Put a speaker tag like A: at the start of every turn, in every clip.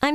A: I'm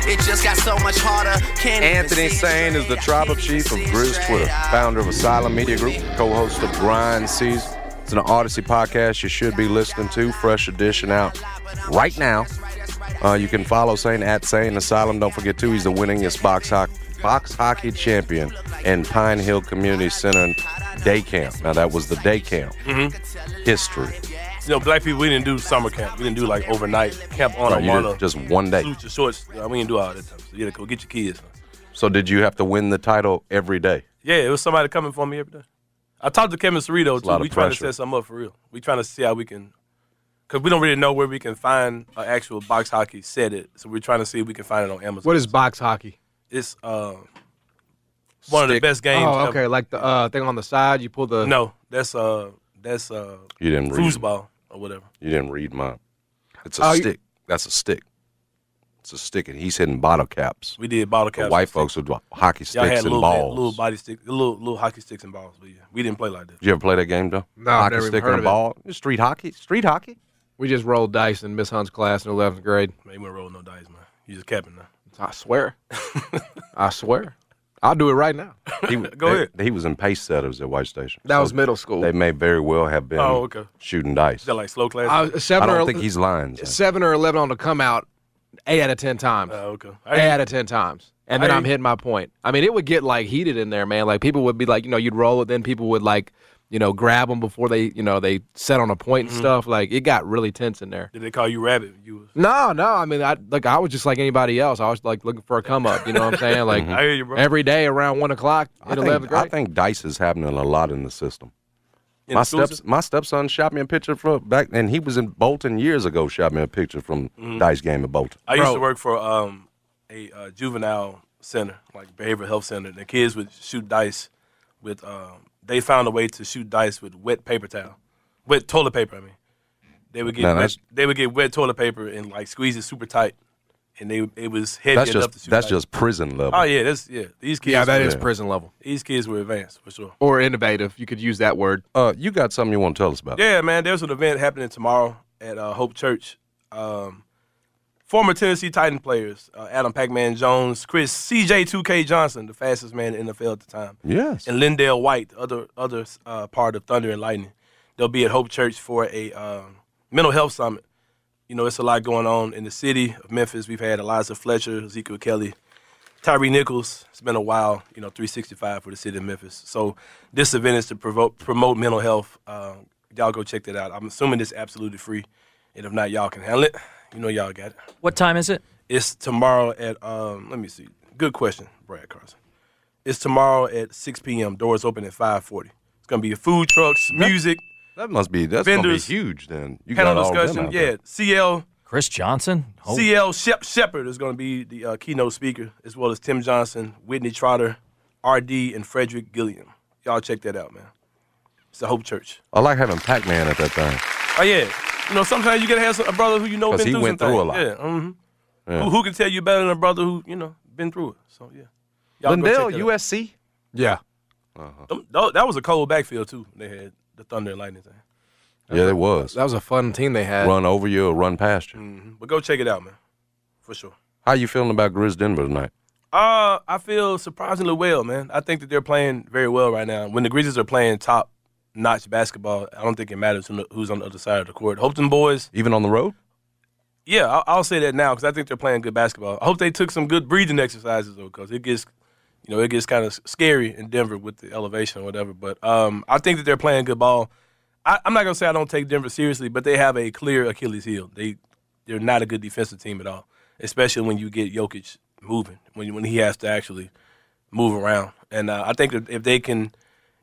B: It just got so much harder. Can't even
C: Anthony
B: see it
C: Sane is the
B: straight.
C: tribal chief of Grizz Twitter, founder of Asylum Media Group, co-host of Grind Season. It's an Odyssey podcast you should be listening to. Fresh edition out right now. Uh, you can follow Sane at Sane Asylum. Don't forget too, he's the winningest box hockey box hockey champion in Pine Hill Community Center day camp. Now that was the day camp history.
D: You know, black people, we didn't do summer camp. We didn't do like overnight camp on
C: Right,
D: a
C: you did
D: mono.
C: just one day.
D: Suits and shorts. You know, we didn't do all that stuff. So you had to go get your kids.
C: So did you have to win the title every day?
D: Yeah, it was somebody coming for me every day. I talked to Kevin Cerrito
C: a lot
D: too.
C: of
D: We trying to
C: pressure.
D: set something up for real. We trying to see how we can, because we don't really know where we can find an actual box hockey set. It so we're trying to see if we can find it on Amazon.
E: What is box hockey?
D: It's uh, one of the
C: Stick.
D: best games.
E: Oh, okay.
D: ever.
E: Like the uh, thing on the side, you pull the.
D: No, that's uh, that's uh,
C: You didn't read.
D: foosball or whatever.
C: You didn't read mine. It's a
E: Oh, you-
C: stick. That's a stick. It's a stick, and he's hitting bottle caps.
D: We did bottle
C: The
D: caps.
C: white
D: and
C: folks with hockey
D: Y'all
C: sticks
D: had
C: and
D: little,
C: balls.
D: little body stick, little little hockey sticks and balls, but yeah, we didn't play like that.
C: Did you ever play that game though?
E: No, I've
C: hockey
E: never even
C: stick and
E: heard
C: a
E: of it.
C: ball. Street hockey. Street hockey.
E: We just rolled dice in Miss Hunt's class in 11th grade.
D: Man, you wouldn't roll no dice, man. You just capping now.
E: I swear. I swear. I'll do it right now.
C: He,
D: Go
C: they-
D: ahead.
C: He was in pace setters at White Station.
E: That was
C: So
E: middle school.
C: They may very well have been
D: Oh, okay.
C: shooting dice.
D: Is that like slow class?
E: I was
C: I
E: seven or
C: don't think he's lying. Zach.
E: seven or eleven on the come out, eight out of ten times.
D: Uh, okay. I
E: eight out of ten times. And then
D: I-
E: I'm hitting my point. I mean, it would get like heated in there, man. Like people would be like, you know, you'd roll it, then people would like, you know, grab them before they, you know, they set on a point and stuff. Like it got really tense in there.
D: did they call you rabbit? You was,
E: No, no. I mean, I like I was just like anybody else. I was like looking for a come up. You know what I'm saying? Like
D: I hear you, bro.
E: every day around one o'clock
C: I
E: at eleventh
C: think, I
E: grade.
C: think dice is happening a lot in the system.
D: in
C: my
D: the school
C: steps,
D: system?
C: my stepson shot me a picture from back, and he was in Bolton years ago. Shot me a picture from
E: Mm-hmm.
C: dice game in Bolton.
D: I used to
E: Bro.
D: work for um, a uh, juvenile center, like behavioral health center. The kids would shoot dice with. Um, they found a way to shoot dice with wet paper towel, wet toilet paper. I mean, they would get
C: Now,
D: wet,
C: that's-
D: they would get wet toilet paper and like squeeze it super tight, and they it was heavy
C: That's
D: enough to
C: just
D: shoot.
C: that's
D: dice.
C: just prison level.
D: Oh yeah, that's yeah. These kids,
E: yeah, that
D: were-
E: is prison level
D: These kids were advanced for sure.
E: or innovative. You could use that word.
C: Uh, you got something you want to tell us about?
D: Yeah, man. There's an event happening tomorrow at uh, Hope Church. Um, former Tennessee Titan players uh, Adam Pac-Man Jones, Chris CJ 2K Johnson, the fastest man in the NFL at the time,
C: Yes.
D: and Lindell White, the other other uh, part of Thunder and Lightning. They'll be at Hope Church for a um, mental health summit. You know, it's a lot going on in the city of Memphis. We've had Eliza Fletcher, Ezekiel Kelly, Tyree Nichols. It's been a while, you know, 365 for the city of Memphis. So this event is to provoke, promote mental health. Uh, y'all go check that out. I'm assuming it's absolutely free, and if not, y'all can handle it. You know, y'all got it.
F: What time is it?
D: It's tomorrow at um. Let me see. Good question, Brad Carson. It's tomorrow at 6 p.m. Doors open at 5:40. It's gonna be food trucks, music,
C: That must be that's gonna
D: Vendors.
C: be huge. Then you
D: panel
C: got all them
D: discussion.
C: out
D: Yeah,
C: there.
D: CL
F: Chris Johnson? Oh,
D: CL Shep- Shepard is gonna be the uh, keynote speaker, as well as Tim Johnson, Whitney Trotter, R.D. and Frederick Gilliam. Y'all check that out, man. It's the Hope Church.
C: I like having Pac Man at that thing.
D: Oh yeah. You know, sometimes you gotta have some, a brother who you know
C: 'Cause
D: been
C: he
D: through
C: went
D: some
C: through a
D: things.
C: lot.
D: Yeah. hmm Who, who can tell you better than a brother who you know been through it? So yeah. Y'all go check
C: Lindell,
D: that out.
C: USC.
E: Yeah,
D: Them- tho- That was a cold backfield too. They had the Thunder and Lightning thing.
C: Yeah, it was.
E: that was a fun team they had.
C: Run over you or run past you.
D: Mhm. But go check it out, man, for sure.
C: How you feeling about Grizz Denver tonight?
D: Uh, I feel surprisingly well, man. I think that they're playing very well right now. When the Grizzlies are playing top-notch basketball, I don't think it matters who- who's on the other side of the court. Hopeton boys,
C: Even on the road?
D: Yeah, I'll, I'll say that now because I think they're playing good basketball. I hope they took some good breathing exercises though, because it gets, you know, it gets kind of scary in Denver with the elevation or whatever. But um, I think that they're playing good ball. I, I'm not gonna say I don't take Denver seriously, but they have a clear Achilles heel. They they're not a good defensive team at all, especially when you get Jokic moving when when he has to actually move around. And uh, I think that if they can,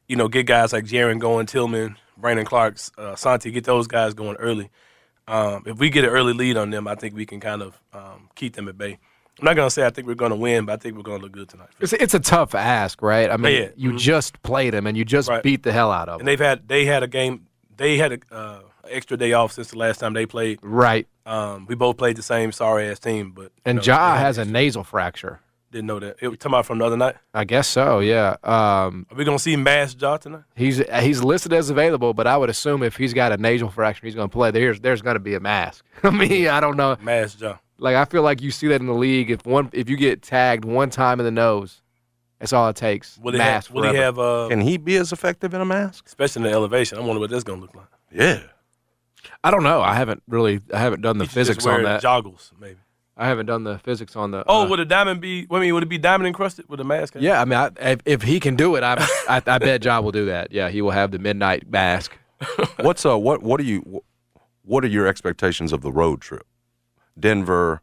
D: you know, get guys like Jaron going, Tillman, Brandon Clark, uh, Santi, get those guys going early. Um, if we get an early lead on them, I think we can kind of um, keep them at bay. I'm not gonna say I think we're gonna win, but I think we're gonna look good tonight.
E: It's, it's a tough ask, right? I mean,
D: Yeah. mm-hmm.
E: you just played him and you just
D: Right.
E: beat the hell out of
D: And
E: him,
D: they've had they had a game, they had a uh, extra day off since the last time they played.
E: right?
D: Um, we both played the same sorry ass team, but you
E: And
D: know,
E: Ja
D: they
E: has a nasal fracture.
D: didn't know that. It was talking about from the other night.
E: I guess so. Yeah. Um,
D: Are we gonna see Mass Ja tonight?
E: he's he's listed as available, but I would assume if he's got a nasal fracture, he's going to play. There's there's going to be a mask. I mean, I don't know.
D: Mass Ja.
E: Like I feel like you see that in the league. If one if you get tagged one time in the nose, that's all it takes.
D: Will he
E: mask
D: have? Will he
E: forever.
D: have? Uh,
C: Can he be as effective in a mask?
D: especially in the elevation, I wonder what that's gonna look like.
C: Yeah.
E: I don't know. I haven't really. I haven't done the
D: He should
E: physics
D: just wear
E: on that.
D: Joggles, maybe.
E: I haven't done the physics on the.
D: Oh,
E: uh,
D: would a diamond be? I mean, would it be diamond encrusted with a mask? on?
E: yeah. I mean, I, if, if he can do it, I, I I bet Ja will do that. Yeah, he will have the midnight mask.
C: What's uh what what are you what are your expectations of the road trip? Denver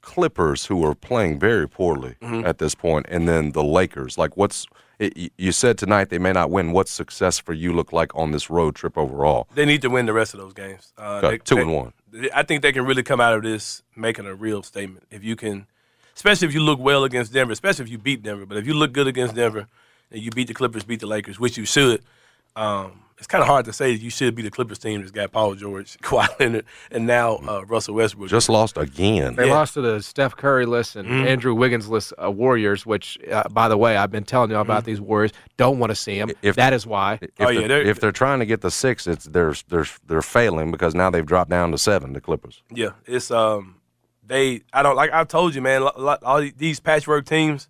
C: Clippers who are playing very poorly at this point and then the Lakers. Like what's it, y- you said tonight they may not win. What's success for you look like on this road trip overall?
D: They need to win the rest of those games. Uh,
C: Okay,
D: they-
C: two
D: they-
C: and one.
D: I think they can really come out of this making a real statement. If you can, especially if you look well against Denver, especially if you beat Denver, but if you look good against Denver and you beat the Clippers, beat the Lakers, which you should, um, it's kind of hard to say that you should be the Clippers team that's got Paul George, Kawhi Leonard, and now uh, Russell Westbrook.
C: Just lost again.
E: They lost to the Steph Curry list and
D: Mm-hmm.
E: Andrew Wiggins list uh, Warriors, which, uh, by the way, I've been telling y'all
D: Mm-hmm.
E: about these Warriors. Don't want to see them.
C: If-
E: that is why.
C: If,
D: Oh, yeah,
C: they're,
D: they're-
C: if they're trying to get the six, it's they're they're they're failing because now they've dropped down to seven. The Clippers.
D: Yeah, it's um, they. I don't like. I've told you, man. lo- lo- All these patchwork teams,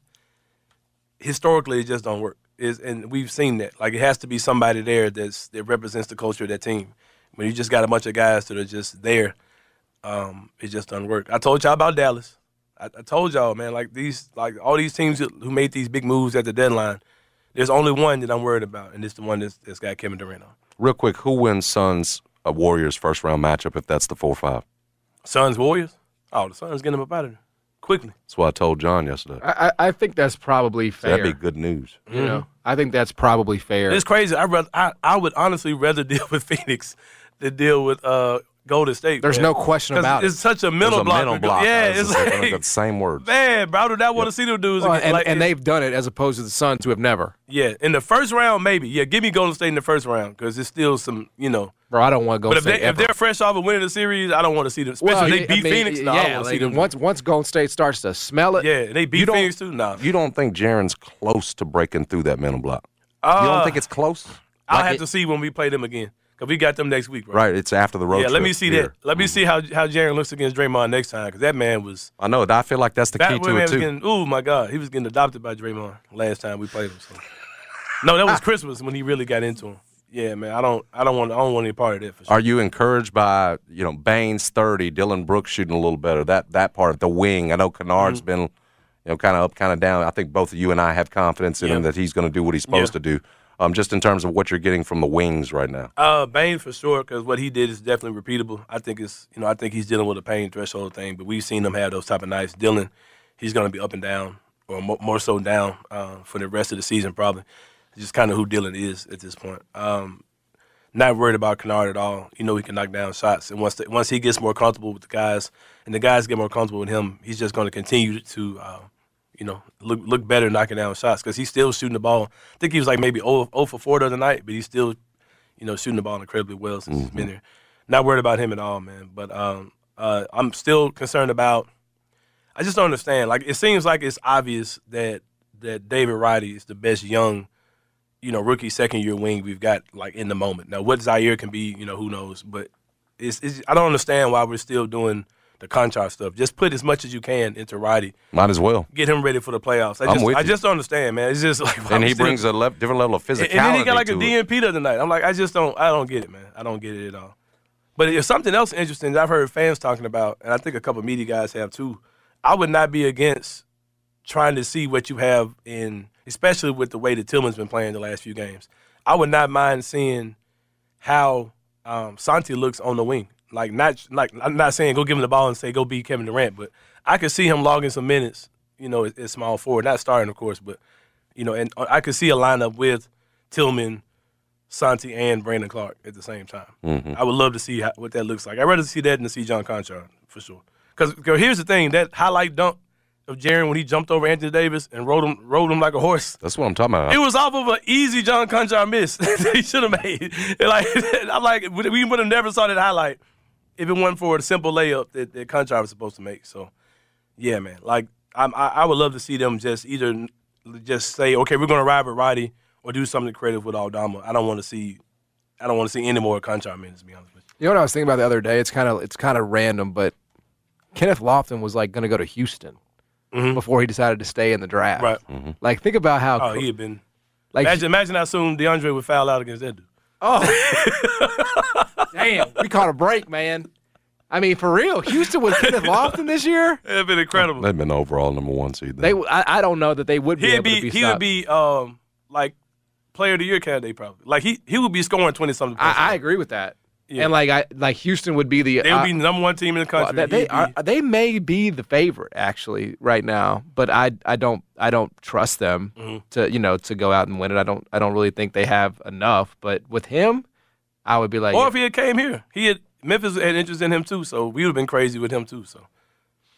D: historically, it just don't work. Is and we've seen that. Like it has to be somebody there that's that represents the culture of that team. When you just got a bunch of guys that are just there, um, it just doesn't work. I told y'all about Dallas. I, I told y'all, man. Like these, like all these teams who who made these big moves at the deadline. There's only one that I'm worried about, and it's the one that's, that's got Kevin Durant on.
C: Real quick, who wins Suns a Warriors first round matchup if that's the four five?
D: Suns Warriors. Oh, the Suns getting them up out of there quickly.
C: That's what I told John yesterday.
E: I, Mm-hmm. I I think that's probably fair.
C: That'd be good news.
E: You
D: Mm-hmm.
E: know, I think that's probably fair.
D: It's crazy. I rather I, I would honestly rather deal with Phoenix than deal with uh Golden State.
E: There's
D: man.
E: no question
D: 'Cause
E: about
D: it's
E: it.
D: such a
C: There's
D: mental
C: a
D: block.
C: mental
D: because-
C: block.
D: Yeah,
C: I was
D: it's
C: just thinking
D: like
C: the same words.
D: man, bro. I do not want to see them dudes
E: Well,
D: again.
E: and,
D: like,
E: and
D: it-
E: they've done it as opposed to the Suns who have never.
D: yeah in the first round maybe yeah give me Golden State in the first round because it's still some you know.
E: Bro, I don't want
D: But
E: Golden
D: if they
E: State
D: if
E: ever.
D: they're fresh off of winning the series, I don't want to see them. Especially
E: Well,
D: if
E: I
D: they beat
E: mean,
D: Phoenix. No, I
E: yeah,
D: don't want to
E: like,
D: see them.
E: once once Golden State starts to smell it,
D: yeah, and they
E: you
D: beat
E: don't-
D: Phoenix too. Nah,
C: You don't think Jaron's close to breaking through that mental block? you
D: Uh,
C: don't think it's close?
D: I'll
E: like
D: have
E: it-
D: to see when we play them again because we got them next week, bro.
C: Right, it's after the road
D: Yeah, let
C: trip
D: me see
C: here. Mm-hmm.
D: that. Let me see how how Jaren looks against Draymond next time because that man was
C: I know. I feel like that's the key
D: that
C: to
D: man
C: it
D: was
C: too.
D: getting. Ooh, my God, he was getting adopted by Draymond last time we played him. So. No, that was Christmas when he really got into him. Yeah, man, I don't, I don't want, I don't want any part of that for sure.
C: Are you encouraged by you know Baines thirty, Dylan Brooks shooting a little better? That that part of the wing. I know
D: Mm.
C: Kennard's been you know kind of up, kind of down. I think both of you and I have confidence in him that he's going to do what he's supposed to do. Um, just in terms of what you're getting from the wings right now.
D: Uh, Bane for sure, because what he did is definitely repeatable. I think it's, you know, I think he's dealing with a pain threshold thing, but we've seen him have those type of nights. Dylan, he's going to be up and down, or mo- more so down uh, for the rest of the season probably. It's just kind of who Dylan is at this point. Um, not worried about Kennard at all. You know he can knock down shots, and once the, once he gets more comfortable with the guys, and the guys get more comfortable with him, he's just going to continue to, uh, you know, look look better knocking down shots because he's still shooting the ball. I think he was like maybe 0, 0 for four the other night, but he's still you know, shooting the ball incredibly well since he's been
C: Mm-hmm.
D: there. Not worried about him at all, man. But um, uh, I'm still concerned about. I just don't understand. Like it seems like it's obvious that that David Roddy is the best young, you know, rookie second year wing we've got like in the moment. Now what Zaire can be, you know, who knows? But it's, it's I don't understand why we're still doing the contract stuff. Just put as much as you can into Roddy.
C: Might as well.
D: Get him ready for the playoffs. I
C: I'm
D: just
C: with
D: I
C: you.
D: just don't understand, man. It's just like why
C: And
D: we
C: he
D: still-
C: brings a le- different level of physicality.
D: and then he got like a
C: to it.
D: DNP the other night. I'm like, I just don't, I don't get it, man. I don't get it at all. But if something else interesting that I've heard fans talking about, and I think a couple media guys have too, I would not be against trying to see what you have in, especially with the way that Tillman's been playing the last few games. I would not mind seeing how um, Santi looks on the wing. Like not like I'm not saying go give him the ball and say go beat Kevin Durant, but I could see him logging some minutes, you know, as, as small forward, not starting of course, but you know, and uh, I could see a lineup with Tillman, Santi, and Brandon Clark at the same time. I would love to see how, what that looks like. I'd rather see that than to see John Conchar for sure. Because here's the thing: that highlight dunk of Jaron when he jumped over Anthony Davis and rode him rode him like a horse.
C: That's what I'm talking about.
D: It was off of an easy John Conchar miss that he should have made. And like I'm like we- we would have never saw that highlight if it wasn't for the simple layup that, that Conchar was supposed to make. So yeah, man. Like I'm, I I would love to see them just either just say okay we're gonna ride with Roddy or do something creative with Aldama. I don't want to see I don't want to see any more Conchar minutes. To be honest with you.
E: You know what I was thinking about the other day? It's kind of it's kind of random, but Kenneth Lofton was like going to go to Houston before he decided to stay in the draft.
D: Mm-hmm. Right.
E: Like think about how
D: Oh, he had been.
E: like
D: Imagine, imagine how soon DeAndre would foul out against that dude.
E: oh. damn we caught a break, man. I mean, for real, Houston with Kenneth Lofton this year.
D: It'd been incredible.
C: They've been overall number one seed.
E: They,
C: Then.
E: w- I, I don't know that they would be
D: He'd
E: able
D: be,
E: to be
D: he
E: stopped.
D: would be um like player of the year candidate probably. Like he he would be scoring twenty something.
E: I, I agree with that. And like I like Houston would be the
D: they would
E: I-
D: be number one team in the
E: well,
D: country.
E: they, they
D: He'd be-
E: are they may be the favorite actually right now, but I I don't I don't trust them
D: Mm-hmm.
E: to you know to go out and win it. I don't I don't really think they have enough. But with him, I would be like
D: or if he had came here, he had Memphis had interest in him too. So we would have been crazy with him too. So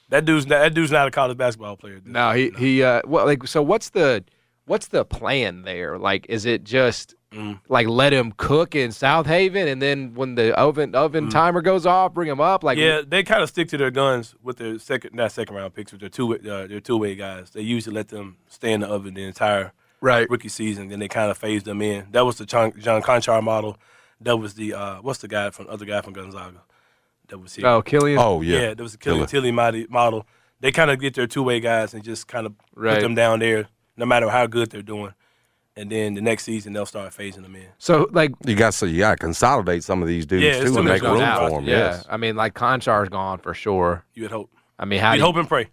D: that dude's not, that dude's not a college basketball player. dude.
E: no he he uh well like so what's the what's the plan there? Like is it just
D: Mm.
E: like let him cook in South Haven and then when the oven oven timer goes off, bring him up like
D: Mm. Yeah, they kind of stick to their guns with their second, not second round picks, with their two uh, their two way guys. They usually let them stay in the oven the entire
E: Right.
D: rookie season. Then they kind of phase them in. That was the John, John Conchar model. That was the uh, what's the guy from other guy from Gonzaga that was here.
E: Oh, Killian.
C: Oh yeah.
D: yeah. that was the Killy,
C: Killer.
D: Tilly modi- model. They kind of get their two way guys and just kind of
E: Right.
D: put them down there, no matter how good they're doing. And then the next season they'll start phasing them in.
E: So like
C: You got so you got to consolidate some of these dudes
D: Yeah, it's
C: too
D: too
C: and
D: many
C: make room
D: guys out.
C: for them.
E: yeah,
C: Yes.
E: I mean like Conchar's gone for sure.
D: You would hope.
E: I mean, how
D: You'd
E: do you,
D: hope and pray.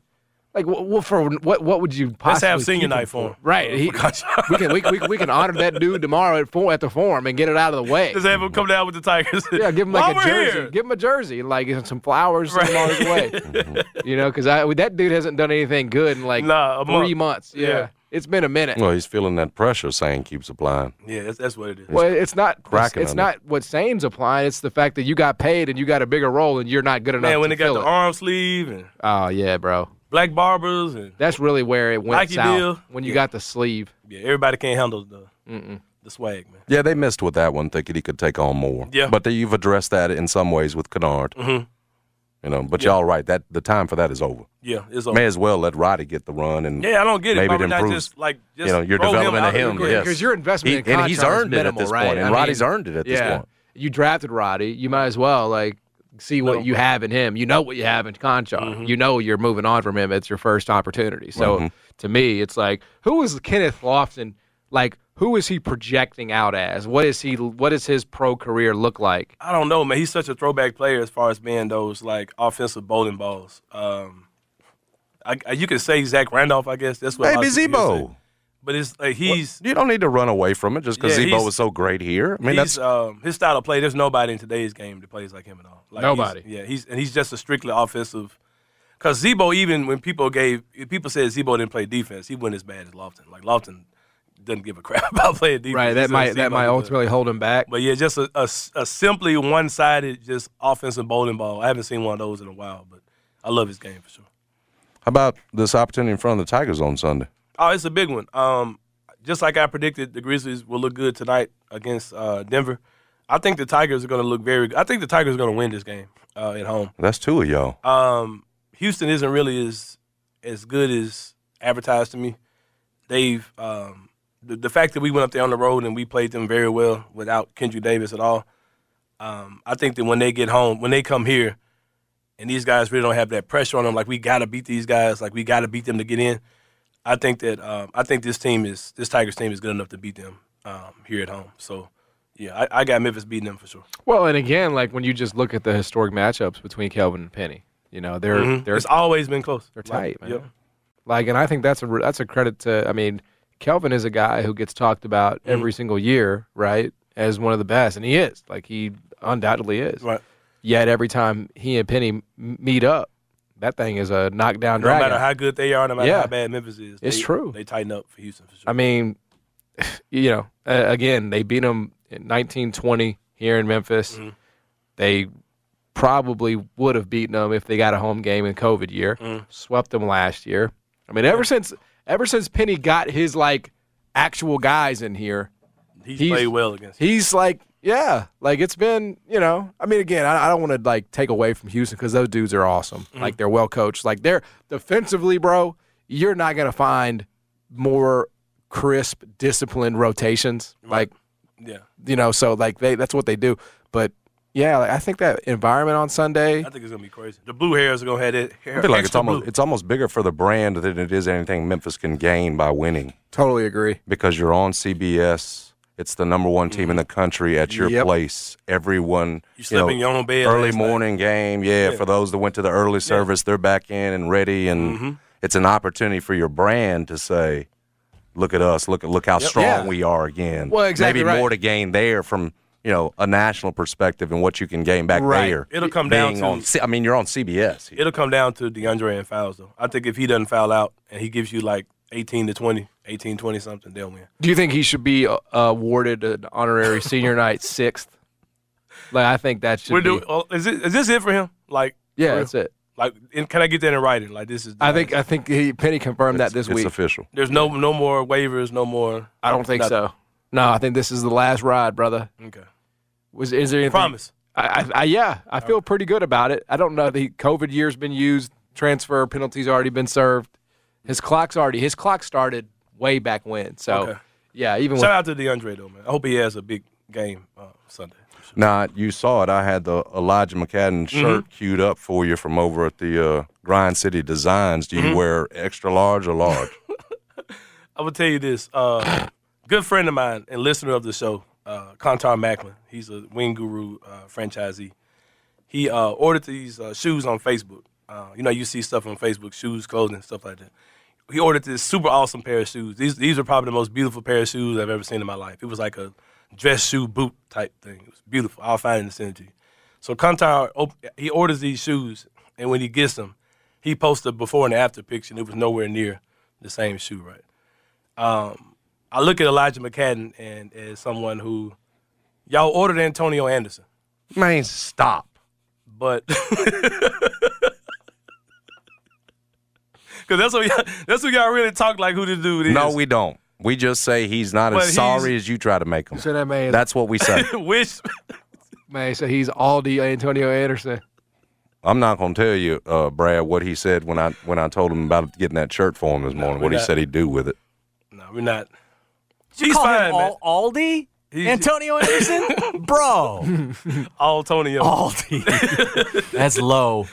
E: like wh- what for what what would you possibly
D: Let's have
E: keep
D: senior
E: him
D: night for him.
E: Right, he-
D: Conchar.
E: we can we, can- we, can- we can honor that dude tomorrow at four at the forum and get it out of the way.
D: Just have him come down with the Tigers.
E: Yeah, give him like
D: While
E: a
D: we're
E: jersey.
D: here.
E: Give him a jersey and like some flowers send him on his way.
C: Mm-hmm.
E: you know, because I that dude hasn't done anything good in like
D: Nah, a
E: three
D: month.
E: months. Yeah.
D: Yeah.
E: it's been a minute.
C: Well, he's feeling that pressure. Saying keeps applying.
D: Yeah, that's, that's what it is.
E: Well, it's not it's,
C: cracking
E: it's
C: on
E: not what Same's applying. It's the fact that you got paid and you got a bigger role and you're not good enough.
D: Man, when
E: to
D: they got
E: fill
D: the
E: it.
D: arm sleeve and
E: oh yeah, bro,
D: black barbers and
E: that's really where it went
D: Nike
E: south
D: deal.
E: when you got the sleeve.
D: yeah, everybody can't handle the the swag, man.
C: Yeah, they missed with that one, thinking he could take on more.
D: Yeah.
C: But they, you've addressed that in some ways with Kennard. Mm-hmm. You know, but y'all right. That the time for that is over.
D: Yeah, it's over.
C: May as well let Roddy get the run and
D: yeah, I don't get it.
C: Maybe
D: Why
C: it
D: would not
C: improves.
D: just like just
C: you know, your
D: throw
C: development
D: him
C: of
D: out
C: him.
D: the grid?
C: yes.
E: Because your investment
C: He-
E: in
C: and he's
E: Conchar is
C: earned it at
E: minimal,
C: this
E: right?
C: point, and
E: I
C: Roddy's
E: mean,
C: earned it at this
E: yeah.
C: point.
E: You drafted Roddy, you might as well like see what you have in him. You know what you have in Conchar.
D: Mm-hmm.
E: You know you're moving on from him. It's your first opportunity. So
C: Mm-hmm.
E: to me, it's like who is Kenneth Lofton? Like who is he projecting out as? What is he? What does his pro career look like?
D: I don't know, man. He's such a throwback player as far as being those like offensive bowling balls. Um, I, I- you could say Zach Randolph, I guess. That's what. a lot
C: Maybe
D: of people
C: Zebo.
D: say. But it's like he's
C: You don't need to run away from it just because
D: Yeah,
C: Zebo
D: he's-
C: was so great here. I mean,
D: he's,
C: that's
D: um, his style of play. There's nobody in today's game that plays like him at all. Like, he's-
E: Nobody.
D: yeah, he's and he's just a strictly offensive. Because Zebo, even when people gave if people said Zebo didn't play defense, he wasn't as bad as Lofton. Like Lofton doesn't give a crap about playing defense.
E: Right. That
D: He's a
E: might that
D: Zeebo,
E: might
D: but-
E: ultimately hold him back.
D: But yeah, just a, a s- a simply one sided just offensive bowling ball. I haven't seen one of those in a while, but I love his game for sure.
C: how about this opportunity in front of the Tigers on Sunday.
D: Oh, it's a big one. Um, just like I predicted, the Grizzlies will look good tonight against uh, Denver. I think the Tigers are going to look very. I think the Tigers are going to win this game uh, at home.
C: That's two of y'all.
D: Um, Houston isn't really as as good as advertised to me. They've um, the, the fact that we went up there on the road and we played them very well without Kendrick Davis at all. Um, I think that when they get home, when they come here, and these guys really don't have that pressure on them, like we gotta beat these guys, like we gotta beat them to get in. I think that um, I think this team is this Tigers team is good enough to beat them um, here at home. So Yeah, I, I got Memphis beating them for sure.
E: Well, and again, like when you just look at the historic matchups between Kelvin and Penny, you know they're they're
D: Mm-hmm. It's always been close.
E: They're tight,
D: Like,
E: man.
D: Yep.
E: Like, and I think that's a re- that's a credit to. I mean, Kelvin is a guy who gets talked about
D: Mm.
E: every single year, right? As one of the best, and he is. Like he undoubtedly is.
D: Right.
E: Yet every time he and Penny m- meet up, that thing is a knockdown
D: No
E: drag.
D: matter how good they are, no matter
E: Yeah.
D: how bad Memphis is,
E: It's
D: they-
E: true.
D: They tighten up for Houston for sure.
E: I mean, you know, uh, again, they beat him in 1920 here in Memphis. They probably would have beaten them if they got a home game in COVID year. Swept them last year. I mean, ever since ever since Penny got his like actual guys in here,
D: he's,
E: he's-
D: played well against.
E: he's like, yeah, like it's been, you know. I mean, again, I, I don't want to like take away from Houston because those dudes are awesome. Like they're well coached. Like they're defensively, bro. You're not gonna find more crisp, disciplined rotations. Like
D: yeah,
E: you know, so like they that's what they do. But yeah, like, I think that environment on Sunday.
D: I think it's gonna be crazy. The blue hairs are gonna have that hair.
C: I feel like it's
D: extra
C: almost
D: blue.
C: it's almost bigger for the brand than it is anything Memphis can gain by winning
E: Totally agree.
C: because you're on CBS. It's the number one team in the country at your
E: Yep.
C: place. Everyone
D: Mm-hmm. You slept in your own bed
C: Early
D: last night.
C: morning game, yeah, For those that went to the early service, they're back in and ready, and
D: Mm-hmm.
C: it's an opportunity for your brand to say, "Look at us! Look at look how strong
E: Yeah.
C: we are again."
E: Well, exactly
C: Maybe
E: right.
C: more to gain there from you know a national perspective and what you can gain back
E: Right.
C: there.
D: It'll come down
C: Being
D: to-
C: on C- I mean, you're on CBS.
D: It'll come down to DeAndre and fouls though. I think if he doesn't foul out and he gives you like 18 to 20, 18 20 something, they'll win.
E: Do you think he should be uh, awarded an honorary senior night sixth? Like I think that should
D: We're
E: be.
D: doing. oh, is it is this it for him? Like
E: yeah,
D: for
E: that's
D: real?
E: it.
D: Like in, can I get that in writing? Like this is.
E: I think I think he, Penny confirmed that this
C: it's
E: week.
C: official.
D: there's no no more waivers, no more.
E: I don't think
D: nothing.
E: so. No, I think this is the last ride, brother.
D: Okay,
E: Was is there anything?
D: promise.
E: I, I, I yeah, I feel pretty good about it. I don't know. The COVID year's been used. Transfer penalties already been served. His clock's already. His clock started way back when. So
D: Okay.
E: yeah, even
D: Shout
E: with,
D: out to DeAndre though, man. I hope he has a big game uh, Sunday.
C: Nah, you saw it. I had the Elijah McCadden shirt queued up for you from over at the uh, Grind City Designs. Do you wear extra large or large?
D: I will tell you this. Uh, good friend of mine and listener of the show, uh, Contar Macklin. He's a Wing Guru uh, franchisee. He uh, ordered these uh, shoes on Facebook. Uh, you know, you see stuff on Facebook, shoes, clothing, stuff like that. He ordered this super awesome pair of shoes. These these are probably the most beautiful pair of shoes I've ever seen in my life. It was like a dress shoe boot type thing. It was beautiful. I'll find it and send it to you. So Contar, op- he orders these shoes, and when he gets them, he posts a before and after picture, and it was nowhere near the same shoe, right? Um, I look at Elijah McCadden and as someone who y'all ordered Antonio Anderson,
C: Man, stop.
D: but because that's what y'all, that's what y'all really talk like who this dude is.
C: No, we don't. We just say he's not
D: But
C: as
D: he's-
C: sorry as you try to make him.
E: so that man,
C: That's what we say.
D: wish
E: man. So he's all the Antonio Anderson.
C: I'm not going to tell you, uh, Brad, what he said when I when I told him about getting that shirt for him this morning.
D: we're
C: what he
D: not.
C: said he'd do with it.
D: no, we're not. She's
F: Call
D: fine,
F: him
D: man.
F: all, Aldi?
D: He's-
F: Antonio Anderson? Bro.
D: All
C: Oh,
D: Antonio.
F: Aldi. That's low.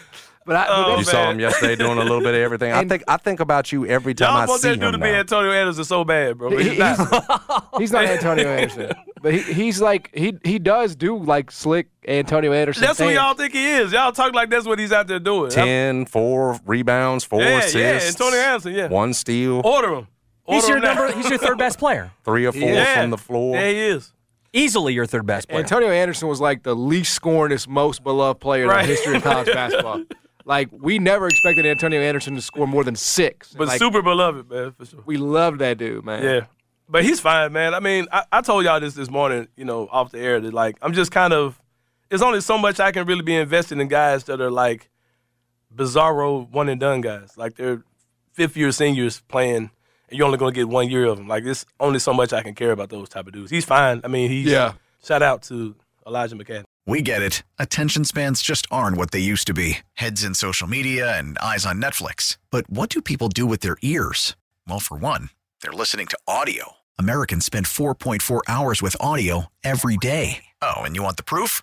E: But I, but
D: Oh,
E: they-
C: you saw
D: man.
C: him yesterday doing a little bit of everything. I think I think about you every time
D: Y'all
C: I
D: want
C: see
D: that dude
C: him.
D: to be
C: now.
D: Antonio Anderson so bad, bro. but
E: He-
D: he's not.
E: he's not Antonio Anderson. But he, he's like he he does do like slick Antonio Anderson.
D: that's what
E: things.
D: y'all think he is. Y'all talk like that's what he's out there doing.
C: Ten, four rebounds, four
D: Yeah, yeah,
C: assists.
D: Antonio Anderson, yeah. Oh,
C: One steal,
D: Order him. Order
F: He's your
D: him now.
F: number he's your third best player.
C: three or four
D: Yeah.
C: from the floor.
D: Yeah, he is.
F: Easily your third best player.
E: Antonio Anderson was like the least scornedest, most beloved player
D: Right.
E: in the history of college basketball. Like we never expected Antonio Anderson to score more than six.
D: But
E: like,
D: super beloved, man, for sure.
E: we love that dude, man.
D: Yeah. But he's fine, man. I mean, I, I told y'all this this morning, you know, off the air that like I'm just kind of there's only so much I can really be invested in guys that are like bizarro one and done guys. Like they're fifth year seniors playing and you're only gonna get one year of them. Like there's only so much I can care about those type of dudes. He's fine. I mean he's
E: Yeah.
D: shout out to Elijah McCann.
G: We get it. Attention spans just aren't what they used to be heads in social media and eyes on Netflix. But what do people do with their ears? Well, for one, they're listening to audio. Americans spend 4.4 hours with audio every day. Oh, and you want the proof?